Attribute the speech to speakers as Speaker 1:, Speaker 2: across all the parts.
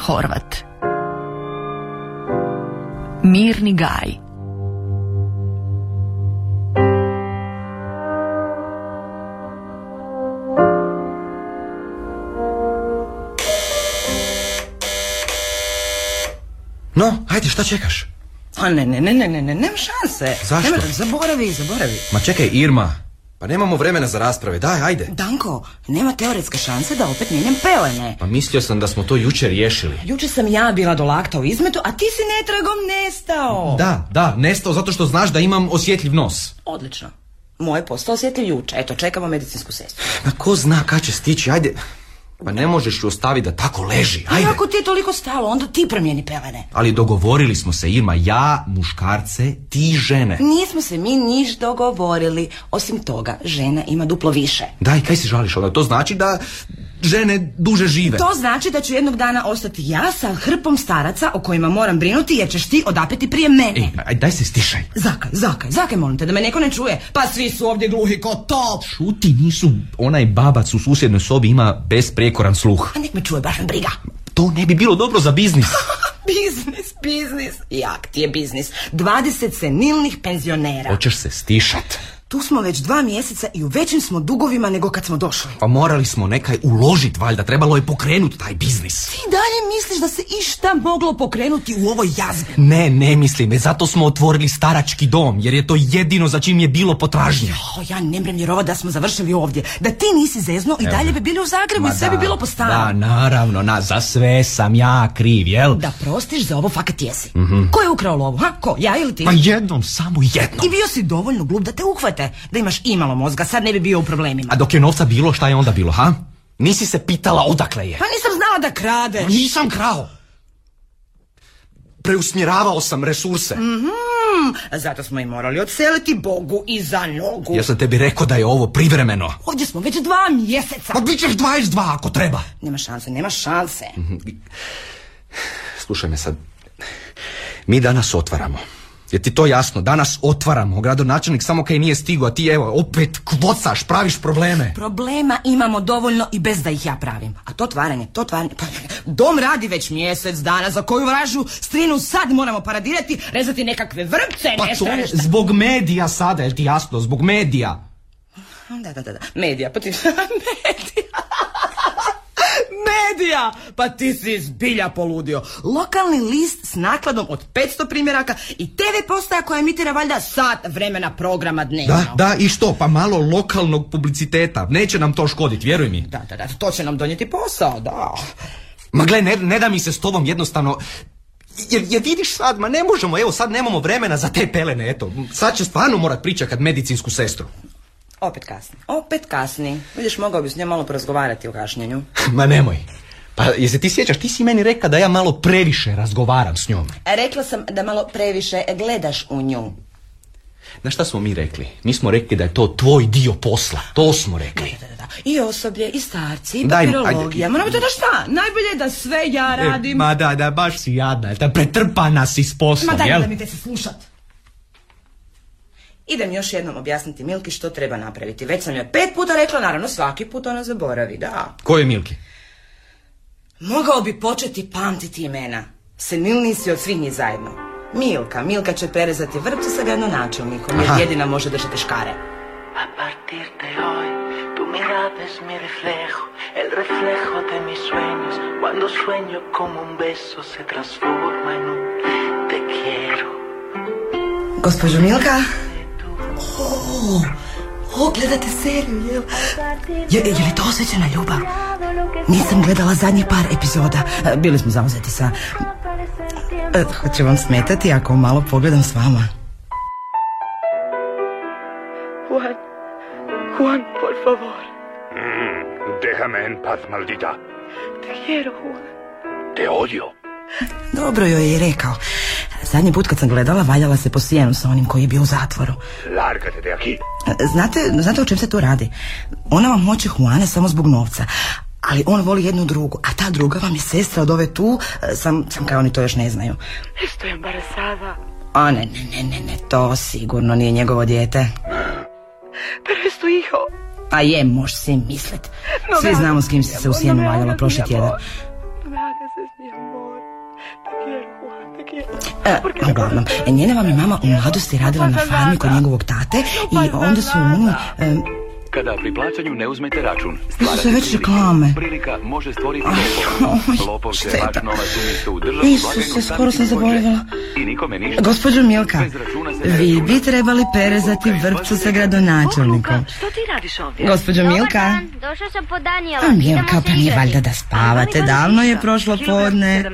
Speaker 1: Horvat Mirni Gaj
Speaker 2: No, ajde, šta čekaš?
Speaker 3: A Pa ne, ne, ne, ne, ne, ne, nema šanse.
Speaker 2: Zašto?
Speaker 3: Nema, zaboravi, zaboravi.
Speaker 2: Ma čekaj, Irma. Pa nemamo vremena za rasprave, daj, ajde.
Speaker 3: Danko, nema teoretske šanse da opet mijenjam pelene.
Speaker 2: Pa mislio sam da smo to jučer riješili.
Speaker 3: Juče sam ja bila do lakta u izmetu, a ti si netragom nestao.
Speaker 2: Da, da, nestao zato što znaš da imam osjetljiv nos.
Speaker 3: Odlično. Moje postao osjetljiv juče. Eto, čekamo medicinsku sestru.
Speaker 2: Ma ko zna kad će stići, ajde. Pa ne možeš ju ostaviti da tako leži, ajde.
Speaker 3: Ako ti je toliko stalo, onda ti promijeni pelene.
Speaker 2: Ali dogovorili smo se, Irma, ja, muškarce, ti žene.
Speaker 3: Nismo se mi niš dogovorili. Osim toga, žena ima duplo više.
Speaker 2: Daj, kaj si žališ, ali to znači da žene duže žive.
Speaker 3: To znači da ću jednog dana ostati ja sa hrpom staraca o kojima moram brinuti jer ćeš ti odapeti prije mene.
Speaker 2: Ej, E, aj, daj se stišaj.
Speaker 3: Zakaj, zakaj, zakaj molim te da me neko ne čuje? Pa svi su ovdje gluhi ko top.
Speaker 2: Šuti, nisu, onaj babac u susjednoj sobi ima besprekoran sluh.
Speaker 3: A Pa nek me čuje, baš me briga.
Speaker 2: To ne bi bilo dobro za biznis.
Speaker 3: Biznis, biznis, jak ti je biznis. 20 senilnih penzionera.
Speaker 2: Hoćeš se stišat.
Speaker 3: Tu smo već dva mjeseca i u većim smo dugovima nego kad smo došli.
Speaker 2: Pa morali smo nekaj uložit, valjda, trebalo je pokrenut taj biznis.
Speaker 3: Ti dalje misliš da se išta moglo pokrenuti u ovoj jazbi?
Speaker 2: Ne, ne mislim, e, zato smo otvorili starački dom, jer je to jedino za čim je bilo potražnje.
Speaker 3: O, ja ne mrem vjerovat da smo završili ovdje. Da ti nisi zezno i dalje bi bili u Zagrebu i sve bi bilo po
Speaker 2: Da,
Speaker 3: starom.
Speaker 2: naravno, na, za sve sam ja kriv, jel?
Speaker 3: Da prostiš za ovo fakat jesi.
Speaker 2: Mhm.
Speaker 3: Ko je ukrao lovu, ha? Ko, ja ili ti?
Speaker 2: Ma Pa jednom, samo jednom.
Speaker 3: I bio si dovoljno glup da te uhvate. Da imaš imalo mozga, sad ne bi bio u problemima.
Speaker 2: A dok je novca bilo, šta je onda bilo, ha? Nisi se pitala odakle je.
Speaker 3: Pa nisam znala da kradeš.
Speaker 2: Nisam krao. Preusmjeravao sam resurse.
Speaker 3: Mm. Zato smo i morali odseliti Bogu iza nogu.
Speaker 2: Ja sam tebi rekao da je ovo privremeno.
Speaker 3: Ovdje smo već dva mjeseca.
Speaker 2: Ma bit ćeš 22 ako treba.
Speaker 3: Nema šanse, nema šanse.
Speaker 2: Mhm. Slušaj me sad. Mi danas otvaramo. Je ti to jasno? Danas otvaramo. Gradonačelnik samo kaj nije stigao, a ti evo, opet kvocaš, praviš probleme.
Speaker 3: Problema imamo dovoljno i bez da ih ja pravim. A to otvaranje, to otvaranje... Pa, dom radi već mjesec dana, za koju vražu strinu sad moramo paradirati, rezati nekakve vrpce,
Speaker 2: Pa
Speaker 3: nešto,
Speaker 2: to je
Speaker 3: nešto.
Speaker 2: zbog medija sada, jel ti jasno? Zbog medija.
Speaker 3: Da, da, da, da. Medija, pa ti... Medija! Medija! Pa ti si zbilja poludio. Lokalni list s nakladom od 500 primjeraka i TV postaja koja emitira valjda sat vremena programa dnevno.
Speaker 2: Da, da, i što? Pa malo lokalnog publiciteta. Neće nam to škoditi, vjeruj mi.
Speaker 3: Da, da, da, to će nam donijeti posao, da.
Speaker 2: Ma gle, ne, ne da mi se s tobom jednostavno... Jer, jer vidiš sad, ma ne možemo, evo sad nemamo vremena za te pelene, eto. Sad će stvarno morat pričekat medicinsku sestru.
Speaker 3: Opet kasni. Opet kasni. Vidiš, mogao bi s njom malo porazgovarati o kašnjenju.
Speaker 2: Ma nemoj. Pa jesi ti sjećaš, ti si meni rekla da ja malo previše razgovaram s njom.
Speaker 3: Rekla sam da malo previše gledaš u nju.
Speaker 2: Znaš šta smo mi rekli? Mi smo rekli da je to tvoj dio posla. To smo rekli.
Speaker 3: Da, da, da. I osoblje, i starci, i
Speaker 2: Daj,
Speaker 3: papirologija.
Speaker 2: ajde. E,
Speaker 3: Moram da šta? Najbolje je da sve ja radim.
Speaker 2: ma da, da, baš si jadna, da pretrpana si s
Speaker 3: Ma
Speaker 2: poslom,
Speaker 3: daj
Speaker 2: jel?
Speaker 3: da mi te se slušat. Idem još jednom objasniti Milki što treba napraviti. Već sam joj pet puta rekla, naravno svaki put ona zaboravi, da.
Speaker 2: Ko je Milki?
Speaker 3: Mogao bi početi pamtiti imena. Senilni si od svih njih zajedno. Milka, Milka će prerezati vrpce sa gradonačelnikom, jer
Speaker 2: Aha.
Speaker 3: jedina može držati škare.
Speaker 4: A partir de hoy, tu mirada es mi reflejo, el reflejo de mis sueños. Cuando sueño como un beso se transforma en un te quiero.
Speaker 3: Gospođo Milka? O, o, gledate seriju, jel? Je, je li to osjećena ljubav? Nisam gledala zadnjih par epizoda. E, Bili smo zauzeti sa... E, Hoće vam smetati ako malo pogledam s vama?
Speaker 4: Juan, Juan, por favor,
Speaker 5: Déjame en paz, maldita.
Speaker 4: te quiero, Juan.
Speaker 5: Te odio.
Speaker 3: Dobro joj je i rekao. Zadnji put kad sam gledala, valjala se po sjenu sa onim koji je bio u zatvoru. E,
Speaker 5: Lárgate de aquí.
Speaker 3: Znate, znate o čem se tu radi? Ona vam hoće Juana samo zbog novca. Ali on voli jednu drugu, a ta druga vam je sestra od ove tu, e, sam, sam kao oni to još ne znaju.
Speaker 4: Estoy embarazada,
Speaker 3: A ne, ne, ne, ne, ne, to sigurno nije njegovo dijete.
Speaker 4: pero es tu hijo.
Speaker 3: Pa je, moš si mislit.
Speaker 4: No,
Speaker 3: Svi
Speaker 4: da.
Speaker 3: znamo s kim si se u
Speaker 4: No,
Speaker 3: sjenu
Speaker 4: da,
Speaker 3: valjala
Speaker 4: da,
Speaker 3: prošli
Speaker 4: da,
Speaker 3: tjedan.
Speaker 4: da.
Speaker 6: hagas es mi amor. Te quiero, Juan, te quiero.
Speaker 3: E, uglavnom, njena vam je mama u mladosti radila na farmi kod njegovog tate i onda su oni... e,
Speaker 7: Kada pri plaćanju ne uzmete račun,
Speaker 3: Sve
Speaker 7: stvarate
Speaker 3: već
Speaker 7: priliku.
Speaker 3: reklame.
Speaker 7: Prilika može stvoriti
Speaker 3: oj,
Speaker 7: lopov. Lopov se
Speaker 3: šteta.
Speaker 7: vaš novac umjesto u državnu
Speaker 3: Isuse,
Speaker 7: blagajnu stavi
Speaker 3: skoro sam
Speaker 7: u svoj džep.
Speaker 3: zaboravila.
Speaker 7: I nikome ništa.
Speaker 3: Gospođo Milka,
Speaker 7: Bez računa se ne
Speaker 3: vi
Speaker 7: računa.
Speaker 3: bi trebali perezati vrpcu sa gradonačelnikom.
Speaker 8: Što ti radiš ovdje?
Speaker 3: Gospođo Milka,
Speaker 9: došao sam po Danijela.
Speaker 3: a Milka, pa nije valjda da spavate, davno je prošlo podne.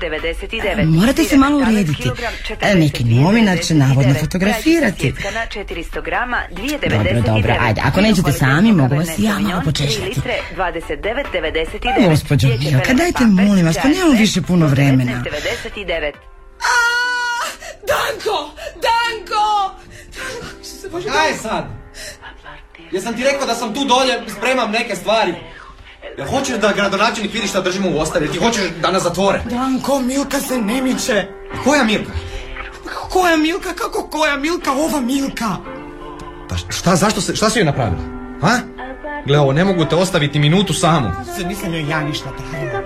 Speaker 8: 79,99.
Speaker 3: Morate se malo urediti. E, neki novinar će navodno fotografirati. Dobro, dobro, ajde, ako nećete sami, mogu vas i ja malo počešljati. Gospođo Milka, dajte, molim vas, pa nemamo više puno vremena.
Speaker 8: 99.
Speaker 3: Danko! Danko!
Speaker 2: Kaj sad? Jesam ti rekao da sam tu dolje, spremam neke stvari. Jel hoćeš da gradonačelnik vidi šta držimo u ostavi? Jel Ti hoćeš da nas zatvore?
Speaker 3: Danko, Milka se ne miče.
Speaker 2: Koja Mirka?
Speaker 3: Koja Milka, kako koja Milka, ova Milka?
Speaker 2: Pa šta, zašto se, šta si joj napravila? Ha? Gle, ovo, ne mogu te ostaviti minutu samu.
Speaker 3: Sad nisam joj ja ništa pravila.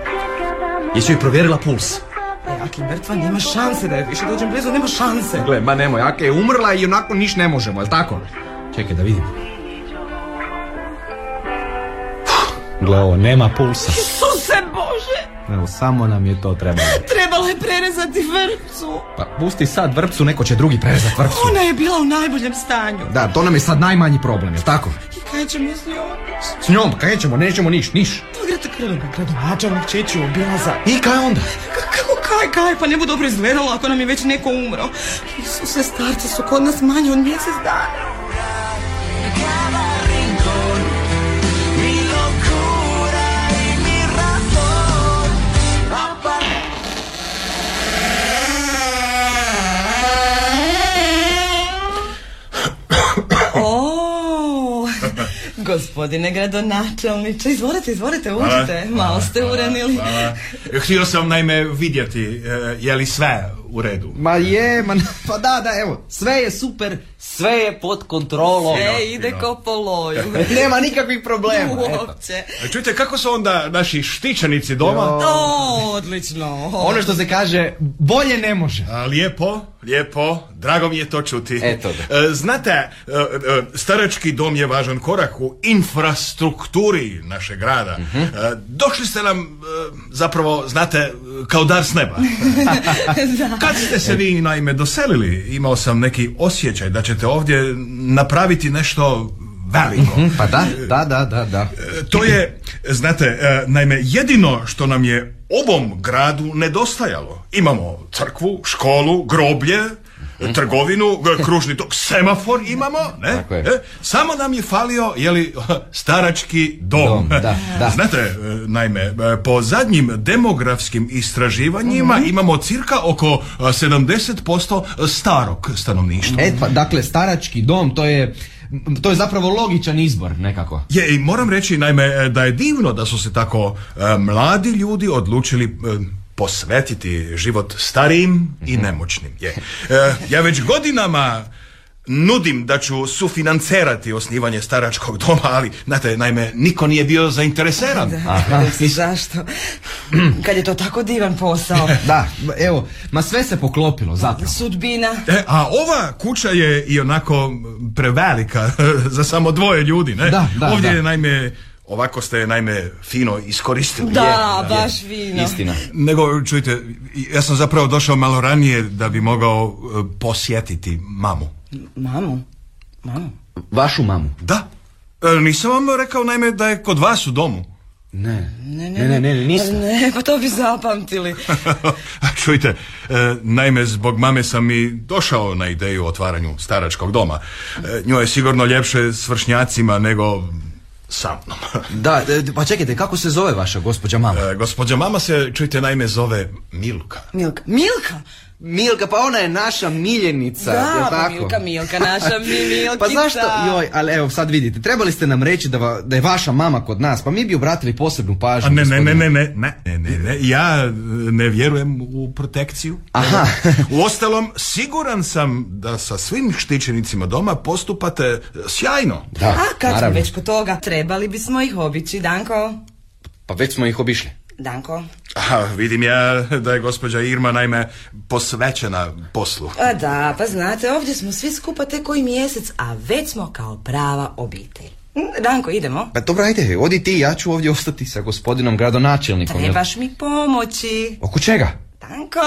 Speaker 2: Jesi joj provjerila puls?
Speaker 3: E, Aki, mrtva, nema šanse da je više dođem blizu, nema šanse.
Speaker 2: Gle, ma nemoj, Ake je umrla i onako niš ne možemo, jel tako? Čekaj da vidim. Gle, ovo, nema pulsa.
Speaker 3: Suse Bože,
Speaker 2: Evo, samo nam je to trebalo.
Speaker 3: trebala je prerezati vrpcu.
Speaker 2: Pa pusti sad vrpcu, neko će drugi prerezat vrpcu.
Speaker 3: Ona je bila u najboljem stanju.
Speaker 2: Da, to nam je sad najmanji problem, jel tako?
Speaker 3: I kaj će mi s njom?
Speaker 2: S njom, kaj ćemo, nećemo niš, niš.
Speaker 3: Pogledajte krvnog gradonačelnik će ići u obilaza.
Speaker 2: I kaj onda?
Speaker 3: K- Kako kaj, kaj, pa ne bude dobro izgledalo ako nam je već neko umro. Isuse, starci su kod nas manje od mjesec dana. O, Gospodine gradonačelniče, izvolite, izvolite, uđite. Malo ste uranili.
Speaker 10: Htio sam naime vidjeti eh, je li sve u redu.
Speaker 2: Ma je, ma, pa da, da, evo, sve je super, sve je pod kontrolom.
Speaker 10: Dobro,
Speaker 3: E, ide
Speaker 10: fino.
Speaker 3: ko po loju.
Speaker 2: Nema nikakvih problema. eto.
Speaker 3: Uopće.
Speaker 10: E, Čujte, kako su onda naši štićenici doma?
Speaker 3: O, odlično.
Speaker 2: Ono što se kaže, bolje ne može.
Speaker 10: A, Lijepo, lijepo, drago mi je to čuti.
Speaker 2: Eto
Speaker 10: E, Znate, e, e, starački dom je važan korak u infrastrukturi našeg grada. E, Došli ste nam, e, zapravo, znate, kao dar s neba. Kad ste se vi, naime, doselili, imao sam neki osjećaj da ćete ovdje napraviti nešto veliko.
Speaker 2: Pa da, da, da, da, da.
Speaker 10: To je, znate, e, naime, jedino što nam je obom gradu nedostajalo. Imamo crkvu, školu, groblje, trgovinu, g- kružni tok, semafor imamo, ne?
Speaker 2: Tako je.
Speaker 10: E, samo nam je falio, jeli, starački dom.
Speaker 2: Dom, da, da.
Speaker 10: Znate, e, naime, e, po zadnjim demografskim istraživanjima
Speaker 2: Mhm.
Speaker 10: imamo cirka oko a, 70% starog stanovništva.
Speaker 2: E, pa, dakle, starački dom, to je, to je zapravo logičan izbor nekako.
Speaker 10: Je, i moram reći naime e, da je divno da su se tako e, mladi ljudi odlučili e, posvetiti život starijim i nemoćnim. Je. E, ja već godinama nudim da ću sufinancirati osnivanje staračkog doma, ali znate, naime, niko nije bio zainteresiran.
Speaker 2: Aha,
Speaker 3: Zašto? Kad je to tako divan posao.
Speaker 2: da, evo, ma sve se poklopilo zapravo.
Speaker 3: Sudbina.
Speaker 10: E, a ova kuća je i onako prevelika za samo dvoje ljudi, ne?
Speaker 2: Da, da,
Speaker 10: Ovdje
Speaker 2: da.
Speaker 10: je naime, ovako ste je naime fino iskoristili.
Speaker 3: Da, baš vino.
Speaker 2: Istina.
Speaker 10: Nego, čujte, ja sam zapravo došao malo ranije da bi mogao e, posjetiti mamu.
Speaker 3: Mamu, mamu.
Speaker 2: Vašu mamu.
Speaker 10: Da. E, nisam vam rekao naime da je kod vas u domu.
Speaker 2: Ne, ne, ne, ne, ne, niste.
Speaker 3: Ne, pa to bi zapamtili.
Speaker 10: A čujte, e, naime zbog mame sam i došao na ideju o otvaranju staračkog doma. E, njoj je sigurno ljepše s vršnjacima nego sa mnom.
Speaker 2: Da, e, pa čekajte, kako se zove vaša gospođa mama?
Speaker 10: E, gospođa mama se, čujte, naime zove Milka.
Speaker 3: Milka. Milka?
Speaker 2: Milka, pa ona je naša miljenica, jel
Speaker 3: Da, pa
Speaker 2: tako?
Speaker 3: Milka, Milka, naša mi Milkica.
Speaker 2: Pa zašto? Joj, ali evo sad vidite, trebali ste nam reći da, va- da je vaša mama kod nas, pa mi bi obratili posebnu pažnju.
Speaker 10: A ne, ne,
Speaker 2: gospodine.
Speaker 10: ne, ne, ne, ne, ne, ne, ne, ja e, ne vjerujem u protekciju.
Speaker 2: Aha.
Speaker 10: Uostalom, siguran sam da sa svim štićenicima doma postupate e, sjajno.
Speaker 2: Da,
Speaker 3: A kad smo
Speaker 2: naravno.
Speaker 3: već kod toga, trebali bismo ih obići, Danko.
Speaker 2: Pa već smo ih obišli.
Speaker 3: Danko?
Speaker 10: A, vidim ja da je gospođa Irma naime posvećena poslu.
Speaker 3: A da, pa znate, ovdje smo svi skupa tek koji mjesec, a već smo kao prava obitelj. Mm, Danko, idemo.
Speaker 2: Pa dobro, ajde, odi ti, ja ću ovdje ostati sa gospodinom gradonačelnikom. jel?
Speaker 3: Trebaš mi pomoći.
Speaker 2: Oko čega?
Speaker 3: Danko,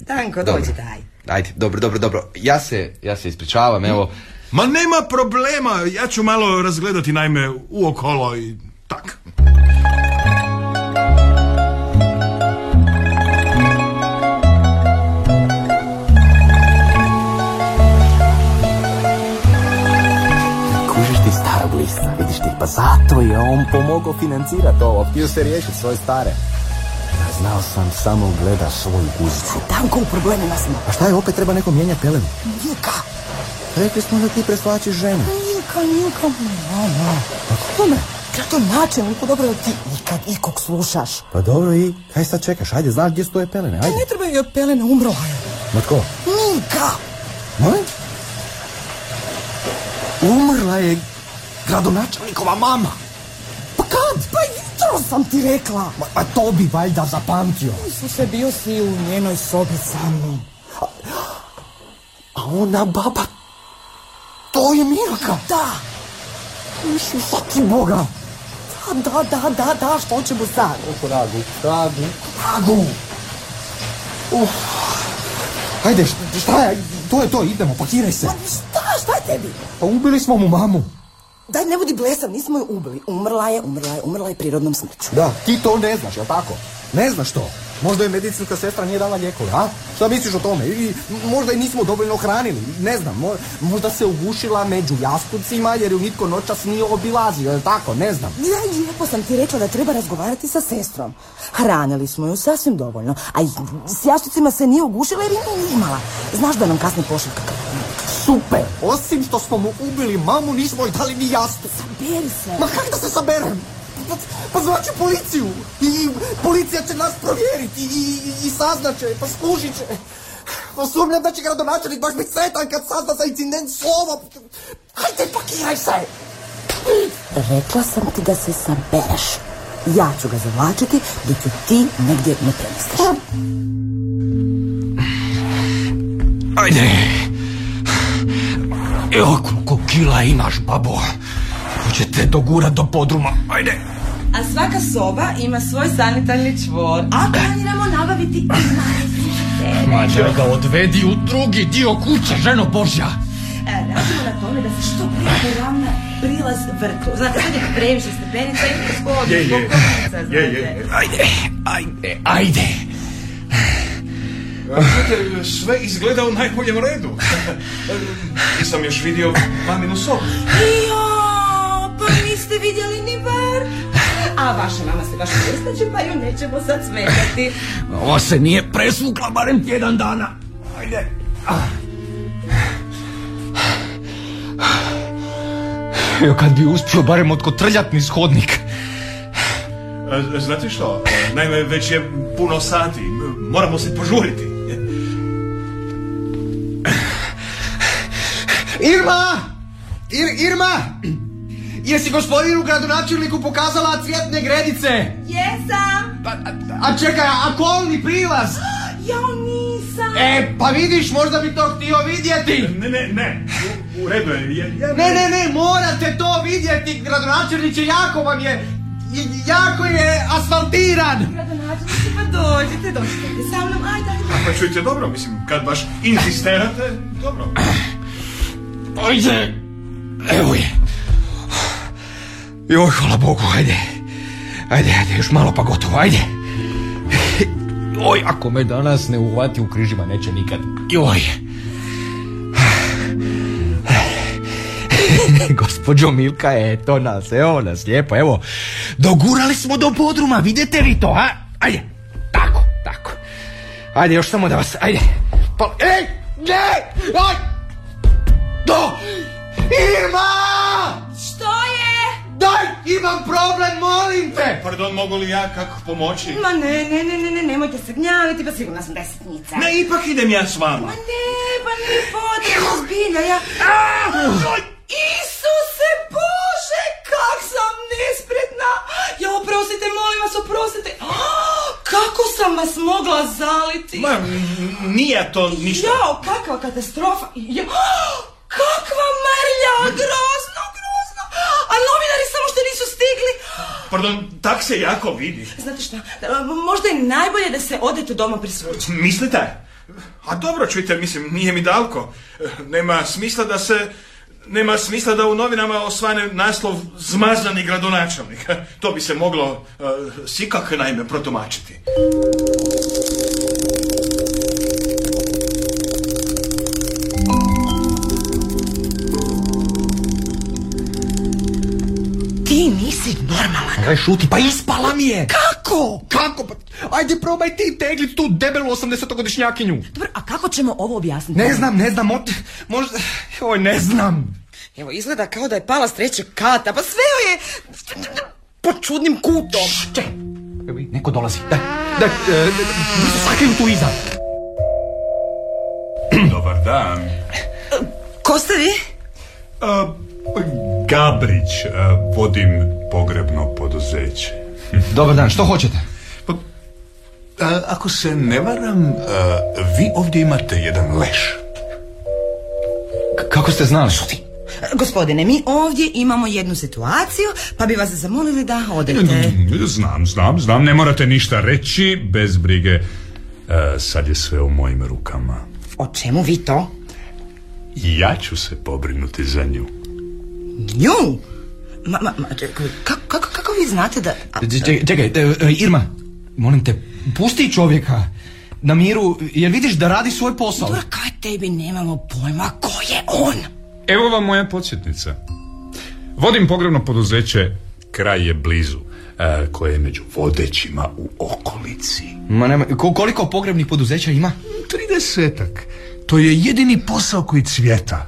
Speaker 3: Danko,
Speaker 2: Dobro.
Speaker 3: dođi daj.
Speaker 2: Ajde, dobro, dobro, dobro. Ja se, ja se ispričavam, evo.
Speaker 10: Ma nema problema, ja ću malo razgledati naime uokolo i tak.
Speaker 9: Kužiš ti starog lista, vidiš ti, pa zato je on pomogao financirati ovo, htio se riješiti svoje stare. Ja Znao sam, samo gledaš svoju guzicu.
Speaker 3: Danko, u problemima smo.
Speaker 9: A šta je, opet treba neko mijenjati pelenu? Njuka! Rekli smo da ti presvačiš ženu. Pa
Speaker 3: Niko, niko, mama. Pa Kome? Gradonačelniku, dobro da ti nikad ikog slušaš. Pa
Speaker 9: Pa dobro i, kaj sad čekaš, ajde, znaš gdje stoje pelene, ajde.
Speaker 3: trebaju joj pelene, umrla je.
Speaker 9: Ma tko?
Speaker 3: Nika!
Speaker 9: Molim? Umrla je gradonačelnikova mama. Pa kad?
Speaker 3: Pa jutro sam ti rekla.
Speaker 9: Ma, pa to bi valjda zapamtio.
Speaker 3: Su se bio si u njenoj sobi sa mnom.
Speaker 9: A ona baba, to je Milka.
Speaker 3: Da,
Speaker 9: Isuse ti Boga.
Speaker 3: da, da, da, da, što ćemo sad?
Speaker 9: Oko ragu, ragu, ragu. Uf. Ajde, šta- šta je? To je to, idemo, pakiraj se.
Speaker 3: Pa šta, šta je tebi?
Speaker 9: Pa ubili smo mu mamu.
Speaker 3: Daj, ne budi blesav, nismo ju ubili. Umrla je, umrla je, umrla je prirodnom smrću.
Speaker 9: Da, ti to ne znaš, jel tako? Ne znaš to. Možda je medicinska sestra nije dala lijekove, a? Šta misliš o tome? Ili možda je nismo dovoljno hranili, ne znam. mo- možda se ugušila među jaskucima jer ju nitko noćas nije obilazio, jel tako? Ne znam.
Speaker 3: Ja lijepo sam ti rekla da treba razgovarati sa sestrom. Hranili smo ju sasvim dovoljno, a i s jašticima se nije ugušila jer je nije imala. Znaš da nam kasni pošiljka
Speaker 9: Super! Osim što smo mu ubili mamu, nismo joj dali ni jastuk.
Speaker 3: Beri se.
Speaker 9: Ma kak da se saberem? Pa, pa zvaću policiju! I, i policija će nas provjeriti i, i, i saznaće, pa skužit će. Osumljam da će gradonačelnik baš biti sretan kad sazna za incident slova. Hajde, pakiraj se!
Speaker 3: Rekla sam ti da se sabereš. Ja ću ga zavlačiti dok ju ti negdje ne premestiš.
Speaker 2: Ajde. Evo koliko kila imaš, babo. Hoćete dogurat do podruma. Ajde.
Speaker 3: A svaka soba ima svoj sanitarni čvor. A
Speaker 2: E.
Speaker 3: planiramo nabaviti
Speaker 2: Mađo ga odvedi u drugi dio kuće, ženo Božja.
Speaker 6: Radimo na tome da se što prije poravna prilaz vrtu. Znate, sad je previše stepenica i skodno,
Speaker 10: Je, je.
Speaker 6: zbog konica,
Speaker 10: Je, je,
Speaker 6: znate.
Speaker 10: je.
Speaker 2: Ajde, ajde, ajde.
Speaker 10: Znate, sve izgleda u najboljem redu. Sam još vidio maminu sobu.
Speaker 6: Jo, pa niste vidjeli ni var. A vaša mama se baš prestaće, pa ju nećemo sad smetati.
Speaker 2: Ova se nije presvukla barem tjedan dana. Ajde. Evo kad bi uspio barem otkotrljat niz hodnik.
Speaker 10: E, Znate što? E, Naime, već je puno sati. M- Moramo se požuriti.
Speaker 9: Irma! Ir, Irma! Jesi gospodinu gradonačelniku pokazala cvjetne gredice?
Speaker 6: Jesam!
Speaker 9: Pa, a, a čekaj, a kolni prilaz?
Speaker 6: Jo, nisam!
Speaker 9: E, pa vidiš, možda bi to htio vidjeti.
Speaker 10: Ne, ne, ne. U, u redu je. Ja, ja
Speaker 9: Ne, ne, ne, morate to vidjeti, gradonačelniče, jako vam je, j- jako je asfaltiran.
Speaker 6: Gradonačelnici, pa dođite, dođite sa mnom, ajde, ajde.
Speaker 10: Pa čujte, dobro, mislim, kad baš inzisterate, dobro.
Speaker 2: Ajde. Evo je. Joj, hvala Bogu, ajde. Ajde, ajde, još malo pa gotovo, ajde. Joj, ako me danas ne uhvati u križima, neće nikad. Joj. Gospođo Milka, eto nas, evo nas, lijepo, evo. Dogurali smo do podruma, vidite vi to, a? Ajde, tako, tako. Ajde, još samo da vas, ajde. Pa, ej, ne, aj! Do! Irma!
Speaker 6: Što je?
Speaker 9: Daj, imam problem, molim te.
Speaker 10: Pardon, mogu li ja kako pomoći?
Speaker 6: Ma ne, ne, ne, ne, ne, nemojte se gnjaviti, pa sigurno sam desetnica.
Speaker 10: Ne, ipak idem ja s vama.
Speaker 6: Ma ne, pa nije potrebno, zbilja, ja...
Speaker 10: Ah!
Speaker 6: Isuse Bože, kak sam nespretna! Ja, oprostite, Ah, molim vas, oprostite.
Speaker 3: sama smogla zaliti.
Speaker 10: Ma, nije to ništa.
Speaker 3: Jao, kakva katastrofa. Ja, kakva mrlja, grozno, grozno. A novinari samo što nisu stigli.
Speaker 10: Pardon, tak se jako vidi.
Speaker 3: Znate šta, da, možda je najbolje da se odete doma prisvući.
Speaker 10: Mislite? A dobro, čujte, mislim, nije mi dalko. E, Nema smisla da se... Nema smisla da u novinama osvane naslov zmazani gradonačelnik. E, To bi se moglo e, sikak naime protumačiti.
Speaker 11: Ti nisi normalan.
Speaker 2: Aj, šuti, pa ispala mi je!
Speaker 11: Kako?
Speaker 2: Kako? Pa, ajde, probaj ti tegli tu debelu 80-godišnjakinju.
Speaker 3: Dobro, a kako ćemo ovo objasniti?
Speaker 2: Ne znam, ne znam, ot- možda... Oj, ne znam.
Speaker 3: Evo, izgleda kao da je pala s trećeg kata, pa sve joj je pod čudnim kutom.
Speaker 2: Če, neko dolazi. Daj, daj, e, da se sakriju tu iza.
Speaker 12: Dobar dan.
Speaker 10: E,
Speaker 3: Ko ste vi?
Speaker 12: A, Gabrić,
Speaker 10: e,
Speaker 12: a, vodim pogrebno poduzeće.
Speaker 2: Dobar dan, što hoćete?
Speaker 12: A, ako se ne varam, a, vi ovdje imate jedan leš.
Speaker 2: kako ste znali? Što
Speaker 3: Gospodine, mi ovdje imamo jednu situaciju, pa bi vas zamolili da odete.
Speaker 12: Mm, Znam, znam, znam, ne morate ništa reći, bez brige. E, sad je sve u mojim rukama.
Speaker 3: O čemu vi to?
Speaker 12: Ja ću se pobrinuti za nju.
Speaker 3: Nju? Ma, ma, ma, čekaj, kako, kako, kako vi znate da... a-
Speaker 2: Čekaj, čekaj, e, e, Irma, molim te, pusti čovjeka na miru, jer vidiš da radi svoj posao.
Speaker 3: Dobro, kaj tebi nemamo pojma ko je on?
Speaker 12: Evo vam moja podsjetnica. Vodim pogrebno poduzeće, kraj je blizu, e, koje je među vodećima u okolici.
Speaker 2: Ma nema, ko- koliko pogrebnih poduzeća ima?
Speaker 12: Tridesetak. To je jedini posao koji cvjeta.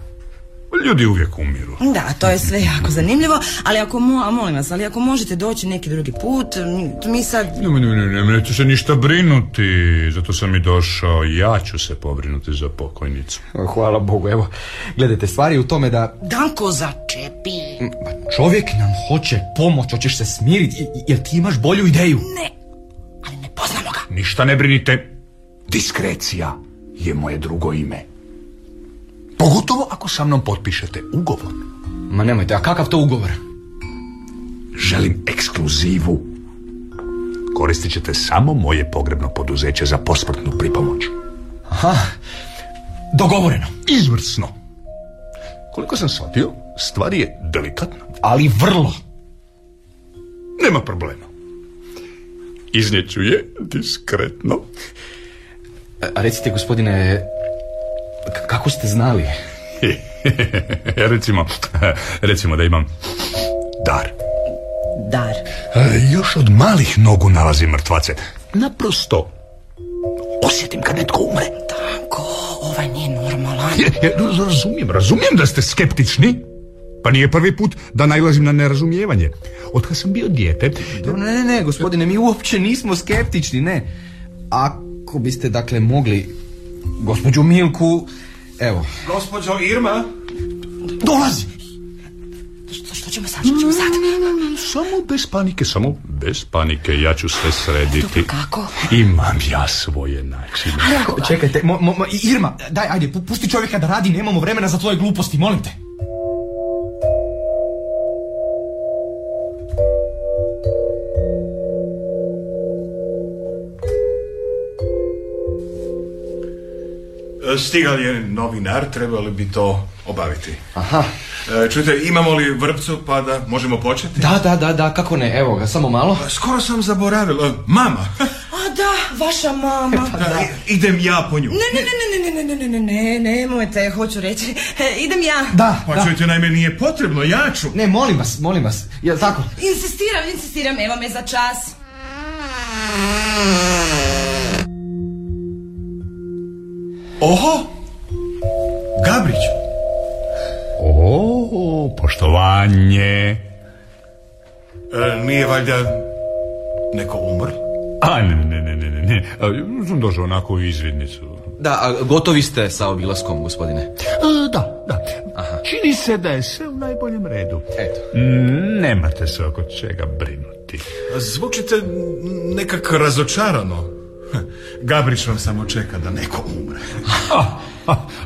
Speaker 12: Ljudi uvijek umiru.
Speaker 3: Da, to je sve jako zanimljivo, ali ako mo, a molim vas, ali ako možete doći neki drugi put, m, mi sad...
Speaker 12: Ne, ne, ne, ne, nemojte se ništa brinuti, zato sam i došao, ja ću se pobrinuti za pokojnicu.
Speaker 2: Hvala Bogu, evo, gledajte, stvari u tome da
Speaker 3: Danko začepi.
Speaker 2: čovjek nam hoće pomoć, hoćeš se smiriti, jer ti imaš bolju ideju.
Speaker 12: Ništa ne brinite. Diskrecija je moje drugo ime. Pogotovo ako sa mnom potpišete ugovor.
Speaker 2: Ma nemojte, a kakav to ugovor?
Speaker 12: Želim ekskluzivu. Koristit ćete samo moje pogrebno poduzeće za posmrtnu pripomoć.
Speaker 2: Aha, dogovoreno.
Speaker 12: Izvrsno. Koliko sam shvatio, stvar je delikatna.
Speaker 2: Ali vrlo.
Speaker 12: Nema problema. Iznijeću je diskretno.
Speaker 2: A, a recite, gospodine, k- kako ste znali?
Speaker 12: recimo, recimo da imam dar.
Speaker 3: Dar.
Speaker 12: E, Još od malih nogu nalazi mrtvace. Naprosto osjetim kad netko umre.
Speaker 3: Danko, ovaj nije normalan.
Speaker 12: Ja, ja raz- razumijem, razumijem da ste skeptični. Pa nije prvi put da najlazim na nerazumijevanje. Od kad sam bio dijete...
Speaker 2: Ne, ne, ne, gospodine, mi uopće nismo skeptični, ne. Ako biste, dakle, mogli, gospođu Milku, evo.
Speaker 10: Gospođo Irma,
Speaker 2: Dolazi!
Speaker 3: Što, što ćemo sad, što ćemo sad?
Speaker 12: Samo bez panike, samo bez panike, ja ću sve srediti.
Speaker 3: Kako?
Speaker 12: Imam ja svoje načine.
Speaker 2: Čekajte, mo, mo, mo- Irma, daj, ajde, pu- pusti čovjeka da radi, nemamo vremena za tvoje gluposti, molim te.
Speaker 10: e, stigao je novinar, trebali bi to obaviti.
Speaker 2: Aha.
Speaker 10: E, Čujte, imamo li vrpcu pa da možemo početi?
Speaker 2: Da, da, da, da, kako ne, evo ga, samo malo.
Speaker 10: Skoro sam zaboravila. Mama,
Speaker 3: A da, vaša mama.
Speaker 10: da, idem ja po nju.
Speaker 3: Pa Ne, ne, ne, ne, ne, ne, ne, ne, ne, ne, nemojte, hoću reći. E, idem ja.
Speaker 2: Da,
Speaker 10: Pa
Speaker 2: da.
Speaker 10: čujte, naime, nije potrebno, ja ću.
Speaker 2: Ne, molim vas, molim vas, jel tako?
Speaker 3: Insistiram, insistiram, evo me za čas.
Speaker 10: Oho, Gabrić,
Speaker 12: O, poštovanje.
Speaker 10: e, nije valjda neko umrl?
Speaker 12: A, ne, ne, ne, ne, ne, ne. A, Sam došao onako u izvidnicu.
Speaker 2: Da, a gotovi ste sa obilaskom, gospodine.
Speaker 12: E, da, da. Čini se da je sve u najboljem redu.
Speaker 2: Eto.
Speaker 12: Mm, Nemate se oko čega brinuti.
Speaker 10: Zvučite nekak razočarano. Gabrić vam samo čeka da neko umre.
Speaker 12: Ah,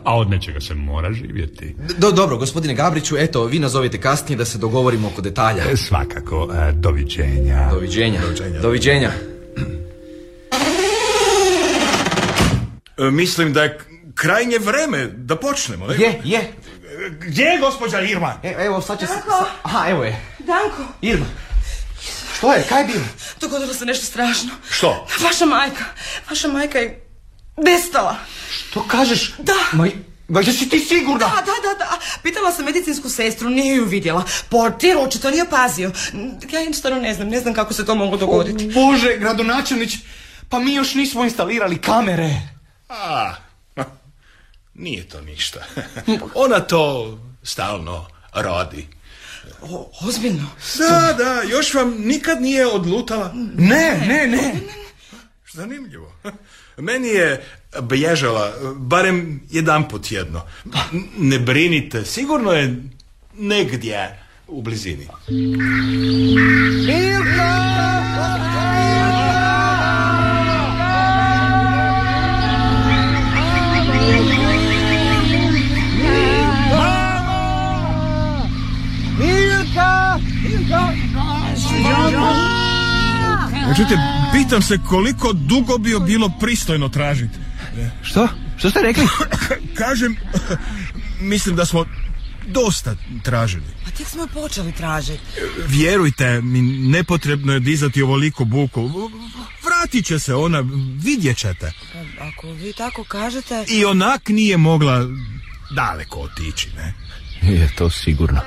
Speaker 12: A od nečega se mora živjeti.
Speaker 2: Do, dobro, gospodine Gabriću, eto, vi nazovite kasnije da se dogovorimo oko detalja.
Speaker 12: E, Svakako, e, doviđenja.
Speaker 2: Doviđenja. Doviđenja.
Speaker 10: E, Mislim da je k- krajnje vreme da počnemo. Je,
Speaker 2: je.
Speaker 10: Gdje je gospođa Irma?
Speaker 2: E, evo, sad će se...
Speaker 3: Danko!
Speaker 2: Aha, evo je.
Speaker 3: Danko!
Speaker 2: Irma. Što je? Kaj je bilo?
Speaker 3: Dogodilo se nešto strašno.
Speaker 10: Što?
Speaker 3: Pa Vaša majka, vaša majka je nestala.
Speaker 2: Što kažeš?
Speaker 3: Da.
Speaker 2: Ma, ma jesi ti sigurna?
Speaker 3: Da, da, da, da. Pitala sam medicinsku sestru, nije ju vidjela. Portir očito nije pazio. Ja jednostavno ne znam, ne znam kako se to moglo dogoditi.
Speaker 13: Bože, gradonačelnić, pa mi još nismo instalirali kamere.
Speaker 10: A, nije to ništa. Ona to stalno radi.
Speaker 3: O, ozbiljno?
Speaker 10: Da, da, još vam nikad nije odlutala. Ne, ne, ne. Zanimljivo. Meni je bježala, barem jedan pot jedno. N- Ne brinite, sigurno je negdje u blizini.
Speaker 14: Milka! Milka!
Speaker 10: Međutim, pitam se koliko dugo bi joj bilo pristojno tražiti. Što? Što ste rekli? Kažem, mislim da smo dosta tražili.
Speaker 3: Pa tek smo ju počeli tražiti.
Speaker 10: Vjerujte mi, nepotrebno je dizati ovoliku buku. Vratit će se ona, vidjet ćete.
Speaker 3: Ako vi tako kažete...
Speaker 10: I onak nije mogla daleko otići, ne?
Speaker 2: Je to sigurno.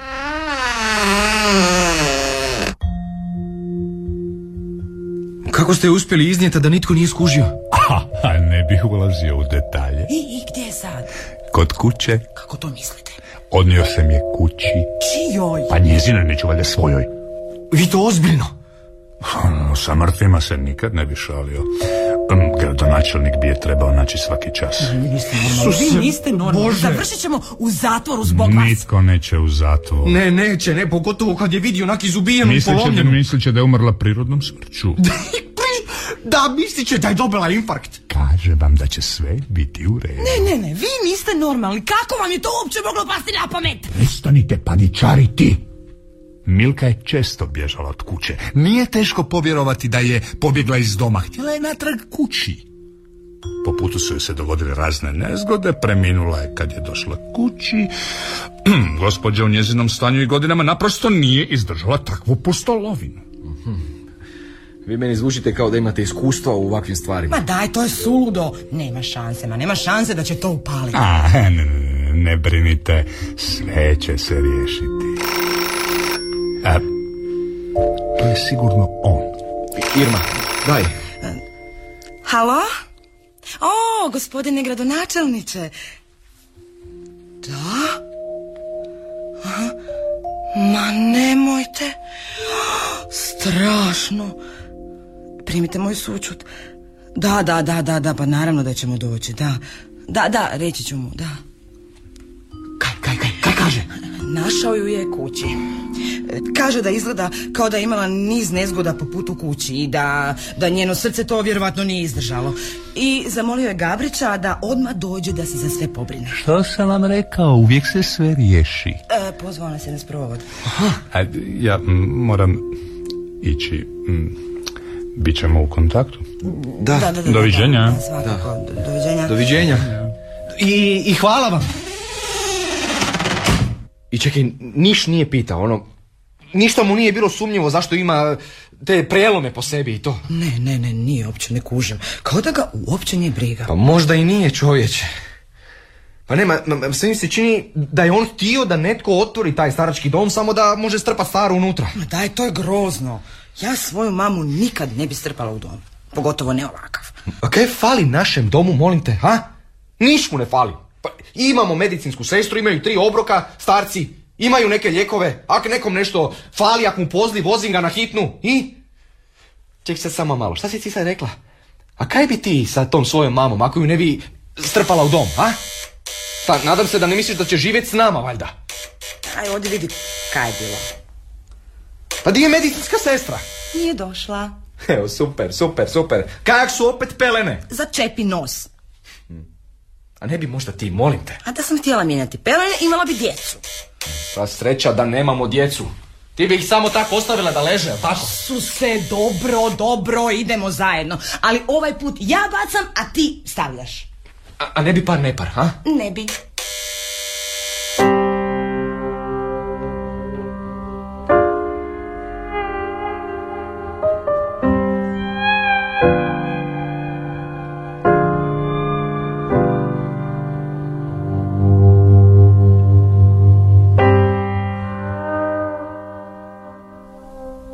Speaker 2: Kako ste uspjeli iznijeti da nitko nije skužio?
Speaker 12: Aha, a ne bih ulazio u detalje.
Speaker 3: I, i gdje je sad?
Speaker 12: Kod kuće
Speaker 3: Kako to mislite?
Speaker 12: odnio sam je kući.
Speaker 3: Čijoj?
Speaker 12: Pa njezinoj, neću valjda svojoj.
Speaker 13: Vi to ozbiljno?
Speaker 12: Ono, Sa mrtvima se nikad ne bi šalio. Em, Gradonačelnik bi je trebao naći svaki čas.
Speaker 3: Vi niste normalni.
Speaker 13: Bože.
Speaker 3: Završit ćemo u zatvoru zbog vas.
Speaker 12: Nitko neće u zatvor.
Speaker 13: Ne, neće, ne, pogotovo kad je vidio onak izubijenu i
Speaker 12: Mislit će da,
Speaker 13: polomljenu.
Speaker 12: mislit će da je umrla prirodnom smrću.
Speaker 13: Da, mislit će da je dobila infarkt.
Speaker 12: Kaže vam da će sve biti u redu.
Speaker 3: Ne, ne, ne, vi niste normalni. Kako vam je to uopće moglo pasti na pamet?
Speaker 12: Prestanite paničariti! Milka je često bježala od kuće. Nije teško povjerovati da je pobjegla iz doma. Htjela je natrag kući. Po putu su joj se dogodile razne nezgode, preminula je kad je došla kući. Gospođa u njezinom stanju i godinama naprosto nije izdržala takvu pustolovinu.
Speaker 2: Vi meni zvučite kao da imate iskustva u ovakvim stvarima.
Speaker 3: Ma daj, to je suludo. Nema šanse, ma nema šanse da će to upaliti.
Speaker 12: A, ne, ne, ne, ne brinite, sve će se riješiti. A, to je sigurno on.
Speaker 2: Irma, daj.
Speaker 3: Halo? O, gospodine gradonačelniče. Da? Aha. Ma nemojte. Strašno. Primite moj sučut. Da, da, da, da, da, pa naravno da ćemo doći, da. Da, da, reći ću mu, da.
Speaker 2: Kaj kaže?
Speaker 3: Našao ju je kući. E, Kaže da izgleda kao da je imala niz nezgoda po putu kući i da, da njeno srce to vjerovatno nije izdržalo. I zamolio je Gabrića da odmah dođe da se za sve pobrine.
Speaker 12: Što sam vam rekao, uvijek se sve riješi.
Speaker 3: E, pozvao nas je na sprovod.
Speaker 12: A, ja m, moram ići. m, Bit ćemo u kontaktu.
Speaker 2: Da.
Speaker 3: Da, da, da,
Speaker 12: Doviđenja.
Speaker 3: da, da, svakako. Do- Doviđenja.
Speaker 2: Doviđenja.
Speaker 13: I, I hvala vam.
Speaker 2: I čekaj, niš nije pitao, ono... Ništa mu nije bilo sumnjivo zašto ima te prelome po sebi i to.
Speaker 3: Ne, ne, ne, nije uopće, ne kužim. Kao da ga uopće nije briga.
Speaker 2: Pa možda i nije čovječe. Pa nema, ma- ma- sve mi se čini da je on htio da netko otvori taj starački dom samo da može strpat staru unutra.
Speaker 3: Ma daj, to je grozno. Ja svoju mamu nikad ne bi strpala u dom. Pogotovo ne ovakav.
Speaker 2: A Pa kaj fali našem domu, molim te, ha? Niš mu ne fali. Pa imamo medicinsku sestru, imaju tri obroka, starci, imaju neke lijekove. Ako nekom nešto fali, ako mu pozli, vozim ga na hitnu i... Ček sad samo malo, šta si ti sad rekla? A kaj bi ti sa tom svojom mamom, ako ju ne bi strpala u dom, a? Pa, nadam se da ne misliš da će živjeti s nama, valjda.
Speaker 3: Aj, ovdje vidi kaj je bilo.
Speaker 2: Pa di je medicinska sestra?
Speaker 3: Nije došla.
Speaker 2: Evo, super, super, super. Kak su opet pelene?
Speaker 3: Začepi nos.
Speaker 2: A ne bi možda ti, molim te.
Speaker 3: A da sam htjela mijenjati pelene, imala bi djecu.
Speaker 2: Ta sreća da nemamo djecu. Ti bi ih samo tako ostavila da leže, jel tako?
Speaker 3: Suse, dobro, dobro, idemo zajedno. Ali ovaj put ja bacam, a ti stavljaš.
Speaker 2: A, a ne bi par nepar, ha?
Speaker 3: Ne bi.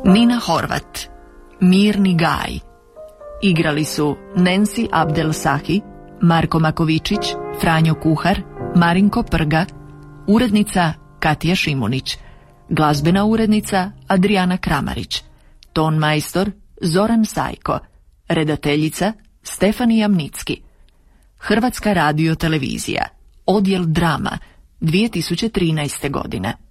Speaker 1: Nina Horvat, Mirni Gaj. Igrali su Nancy Abdelsahi, Marko Makovičić, Franjo Kuhar, Marinko Prga, urednica Katija Šimunić, glazbena urednica Adriana Kramarić, ton majstor Zoran Sajko, redateljica Stefani Jamnicki, Hrvatska radio televizija, odjel drama, 2013. godina.